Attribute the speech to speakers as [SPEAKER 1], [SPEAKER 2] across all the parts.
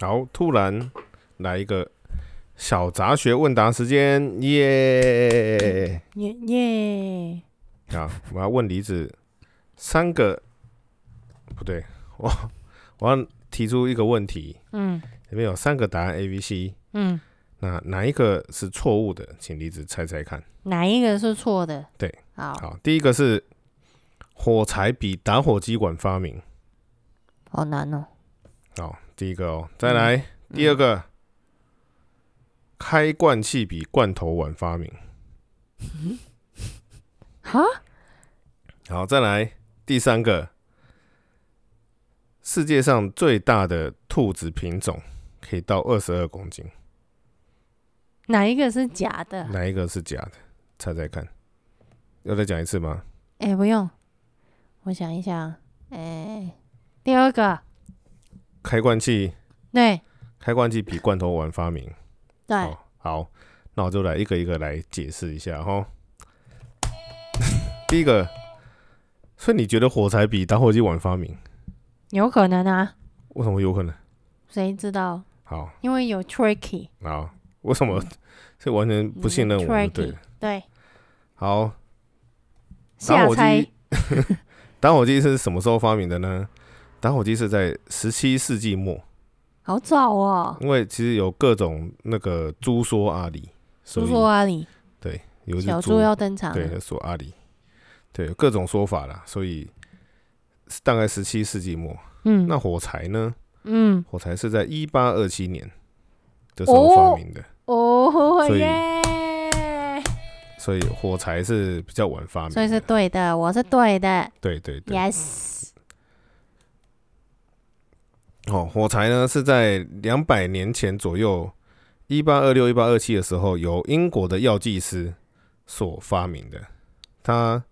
[SPEAKER 1] 好，突然来一个小杂学问答时间，耶！
[SPEAKER 2] 耶耶！
[SPEAKER 1] 啊，我要问李子三个，不对，我我要提出一个问题，
[SPEAKER 2] 嗯
[SPEAKER 1] 里面有三个答案 A、B、C，
[SPEAKER 2] 嗯，
[SPEAKER 1] 那哪一个是错误的？请李子猜猜看。
[SPEAKER 2] 哪一个是错的？
[SPEAKER 1] 对，
[SPEAKER 2] 好，
[SPEAKER 1] 好，第一个是火柴比打火机晚发明，
[SPEAKER 2] 好难哦。
[SPEAKER 1] 好，第一个哦，再来、第二个，开罐器比罐头晚发明。
[SPEAKER 2] 哈，
[SPEAKER 1] 好，再来第三个，世界上最大的兔子品种可以到二十二公斤，
[SPEAKER 2] 哪一个是假的？
[SPEAKER 1] 哪一个是假的？猜猜看，要再讲一次吗？
[SPEAKER 2] 哎、不用，我想一想。哎、第二个，
[SPEAKER 1] 开罐器，
[SPEAKER 2] 对
[SPEAKER 1] 开罐器比罐头晚发明。
[SPEAKER 2] 对，
[SPEAKER 1] 哦，好，那我就来一个一个来解释一下哈。 第一个，所以你觉得火柴比打火机晚发明？
[SPEAKER 2] 有可能啊，
[SPEAKER 1] 为什么有可能？
[SPEAKER 2] 谁知道？
[SPEAKER 1] 好，
[SPEAKER 2] 因为有 tricky，嗯
[SPEAKER 1] 好，为什么？ 是完全不信任我们对的
[SPEAKER 2] tricky，对，
[SPEAKER 1] 好，打
[SPEAKER 2] 下
[SPEAKER 1] 火
[SPEAKER 2] 猜
[SPEAKER 1] 机，打火机是什么时候发明的呢？打火机是在十七世纪末，
[SPEAKER 2] 好早哦。
[SPEAKER 1] 因为其实有各种那个猪说阿里，
[SPEAKER 2] 叔叔啊你，
[SPEAKER 1] 有一只
[SPEAKER 2] 小
[SPEAKER 1] 猪
[SPEAKER 2] 猪要登场
[SPEAKER 1] 对，
[SPEAKER 2] 了。
[SPEAKER 1] 他说阿里，对，有各种说法啦，所以大概十七世纪末。
[SPEAKER 2] 嗯
[SPEAKER 1] 那火柴呢？
[SPEAKER 2] 嗯，
[SPEAKER 1] 火柴是在一八二七年的时候发明的，
[SPEAKER 2] 哦
[SPEAKER 1] 所以啊
[SPEAKER 2] 耶，
[SPEAKER 1] 所以火柴是比较晚发明的。
[SPEAKER 2] 所以是对的，我是对的
[SPEAKER 1] 对对对。
[SPEAKER 2] ，yes。
[SPEAKER 1] 哦，火柴呢是在两百年前左右，一八二六、一八二七的时候，由英国的药剂师所发明的。他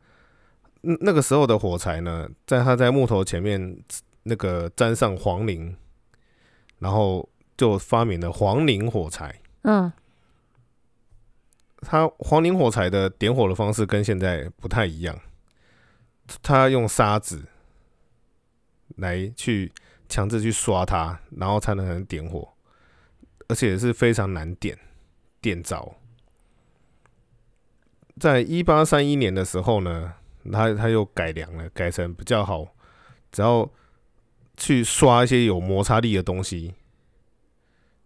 [SPEAKER 1] 嗯那个时候的火柴呢，在他在木头前面那个沾上黄磷，然后就发明了黄磷火柴。
[SPEAKER 2] 嗯，
[SPEAKER 1] 它黄磷火柴的点火的方式跟现在不太一样，它用砂纸来去强制去刷它，然后才能点火，而且是非常难点点着。在一八三一年的时候呢，它它又改良了，改成比较好，只要去刷一些有摩擦力的东西。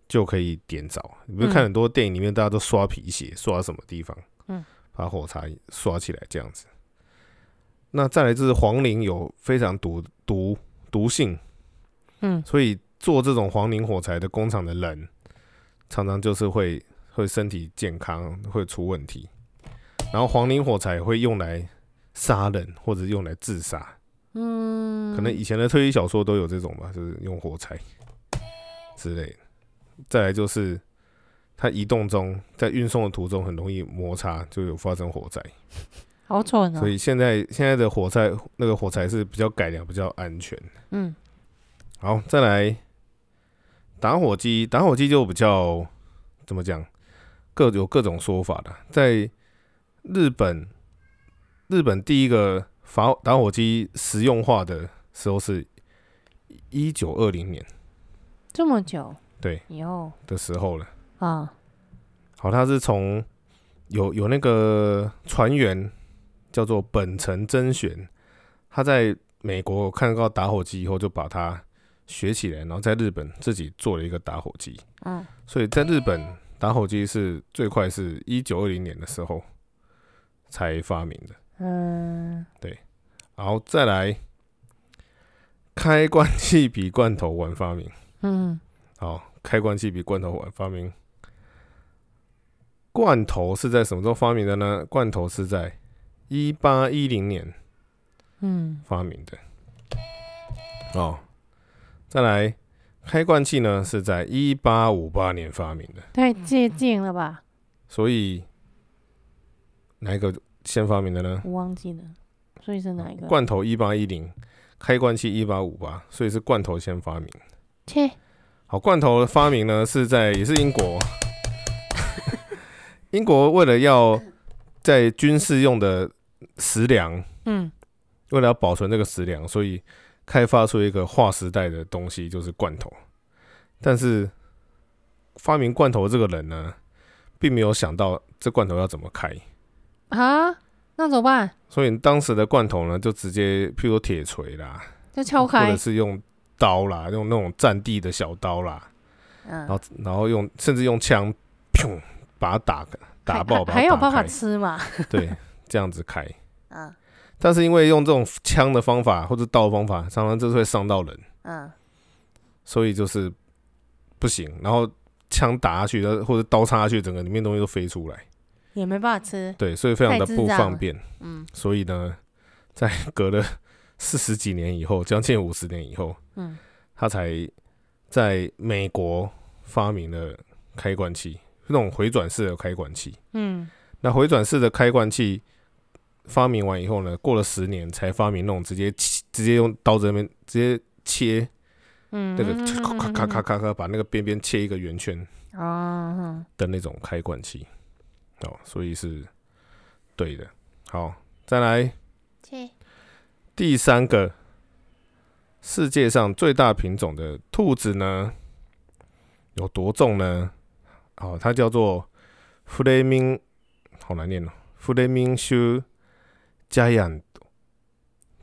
[SPEAKER 1] 就可以点着，你不是看
[SPEAKER 2] 嗯
[SPEAKER 1] 很多电影里面大家都刷皮鞋，刷什么地方，
[SPEAKER 2] 嗯，
[SPEAKER 1] 把火柴刷起来这样子。那再来就是黄磷有非常毒毒毒性，
[SPEAKER 2] 嗯
[SPEAKER 1] 所以做这种黄磷火柴的工厂的人，常常就是会会身体健康会出问题。然后黄磷火柴会用来杀人或者用来自杀，
[SPEAKER 2] 嗯，
[SPEAKER 1] 可能以前的推理小说都有这种吧，就是用火柴之类的。再来就是它移动中，在运送的途中很容易摩擦，就有发生火灾。
[SPEAKER 2] 好蠢哦
[SPEAKER 1] 所。以现在现在的火柴那个火柴是比较改良，比较安全。
[SPEAKER 2] 嗯，
[SPEAKER 1] 好，再来打火机，打火机就比较怎么讲，各有各种说法的。在日本，日本第一个发打火机实用化的时候是一九二零年
[SPEAKER 2] 这么久，
[SPEAKER 1] 对
[SPEAKER 2] 以后
[SPEAKER 1] 的时候了。
[SPEAKER 2] 啊，
[SPEAKER 1] 好，它是从有有那个船员叫做本城真玄，他在美国看到打火机以后，就把它学起来，然后在日本自己做了一个打火机。
[SPEAKER 2] 嗯，
[SPEAKER 1] 所以在日本打火机是最快是一九二零年的时候才发明的。
[SPEAKER 2] 嗯，
[SPEAKER 1] 然后再来，开罐器比罐头晚发明。
[SPEAKER 2] 嗯，
[SPEAKER 1] 好，开罐器比罐头晚发明。罐头是在什么时候发明的呢？罐头是在一八一零年
[SPEAKER 2] 嗯，
[SPEAKER 1] 发明的。哦，再来，开罐器呢是在一八五八年发明的，
[SPEAKER 2] 太接近了吧？
[SPEAKER 1] 所以哪一个先发明的呢？
[SPEAKER 2] 我忘记了，所以是哪一个？
[SPEAKER 1] 罐头一八一零，开罐器一八五八，所以是罐头先发明。
[SPEAKER 2] 切，
[SPEAKER 1] 好，罐头的发明呢是在也是英国， 英国为了要在军事用的食粮，
[SPEAKER 2] 嗯，
[SPEAKER 1] 为了要保存这个食粮，所以开发出一个划时代的东西，就是罐头。但是发明罐头的这个人呢，并没有想到这罐头要怎么开，
[SPEAKER 2] 啊，那怎么办？
[SPEAKER 1] 所以当时的罐头呢，就直接譬如说铁锤啦，
[SPEAKER 2] 就敲
[SPEAKER 1] 或者
[SPEAKER 2] 开，
[SPEAKER 1] 是用刀啦，用那种战地的小刀啦，
[SPEAKER 2] 嗯
[SPEAKER 1] 然，后然后用甚至用枪，砰，把它打打爆，
[SPEAKER 2] 还
[SPEAKER 1] 把
[SPEAKER 2] 还
[SPEAKER 1] 它
[SPEAKER 2] 有
[SPEAKER 1] 打
[SPEAKER 2] 办法
[SPEAKER 1] 开
[SPEAKER 2] 吃嘛？
[SPEAKER 1] 对，这样子开。
[SPEAKER 2] 嗯
[SPEAKER 1] 但是因为用这种枪的方法或者刀的方法，常常就是会伤到人，
[SPEAKER 2] 嗯，
[SPEAKER 1] 所以就是不行。然后枪打下去，然后或者刀插下去，整个里面东西都飞出来，
[SPEAKER 2] 也没办法吃，
[SPEAKER 1] 对，所以非常的
[SPEAKER 2] 太
[SPEAKER 1] 不
[SPEAKER 2] 智障
[SPEAKER 1] 方
[SPEAKER 2] 了
[SPEAKER 1] 便。
[SPEAKER 2] 嗯
[SPEAKER 1] 所以呢，在隔了四十几年以后，将近五十年以后，
[SPEAKER 2] 嗯，
[SPEAKER 1] 他才在美国发明了开罐器，那种回转式的开罐器。
[SPEAKER 2] 嗯，
[SPEAKER 1] 那回转式的开罐器发明完以后呢，过了十年才发明那种直接切直接用刀子那边直接切
[SPEAKER 2] 嗯，
[SPEAKER 1] 那个
[SPEAKER 2] 嗯
[SPEAKER 1] 咔咔咔咔咔咔把那个边边切一个圆圈
[SPEAKER 2] 哦，
[SPEAKER 1] 的那种开罐器哦，所以是对的。好，再来
[SPEAKER 2] 切，
[SPEAKER 1] 第三个，世界上最大品种的兔子呢有多重呢？哦，它叫做 Flaming，好难念哦，Flaming Shoe Giant。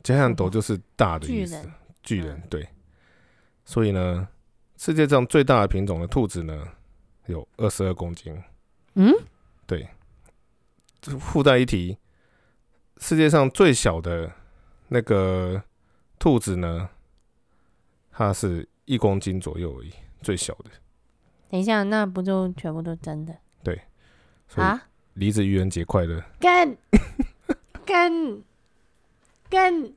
[SPEAKER 1] Giant 就是大的意
[SPEAKER 2] 巨
[SPEAKER 1] 思，
[SPEAKER 2] 人，
[SPEAKER 1] 巨
[SPEAKER 2] 嗯
[SPEAKER 1] 人对。所以呢，世界上最大的品种的兔子呢有二十二公斤。
[SPEAKER 2] 嗯，
[SPEAKER 1] 附带一提，世界上最小的那个兔子呢，它是一公斤左右而已，最小的。
[SPEAKER 2] 等一下，那不就全部都真的
[SPEAKER 1] 所以
[SPEAKER 2] 啊？
[SPEAKER 1] 梨子愚人节快乐！
[SPEAKER 2] 干干干，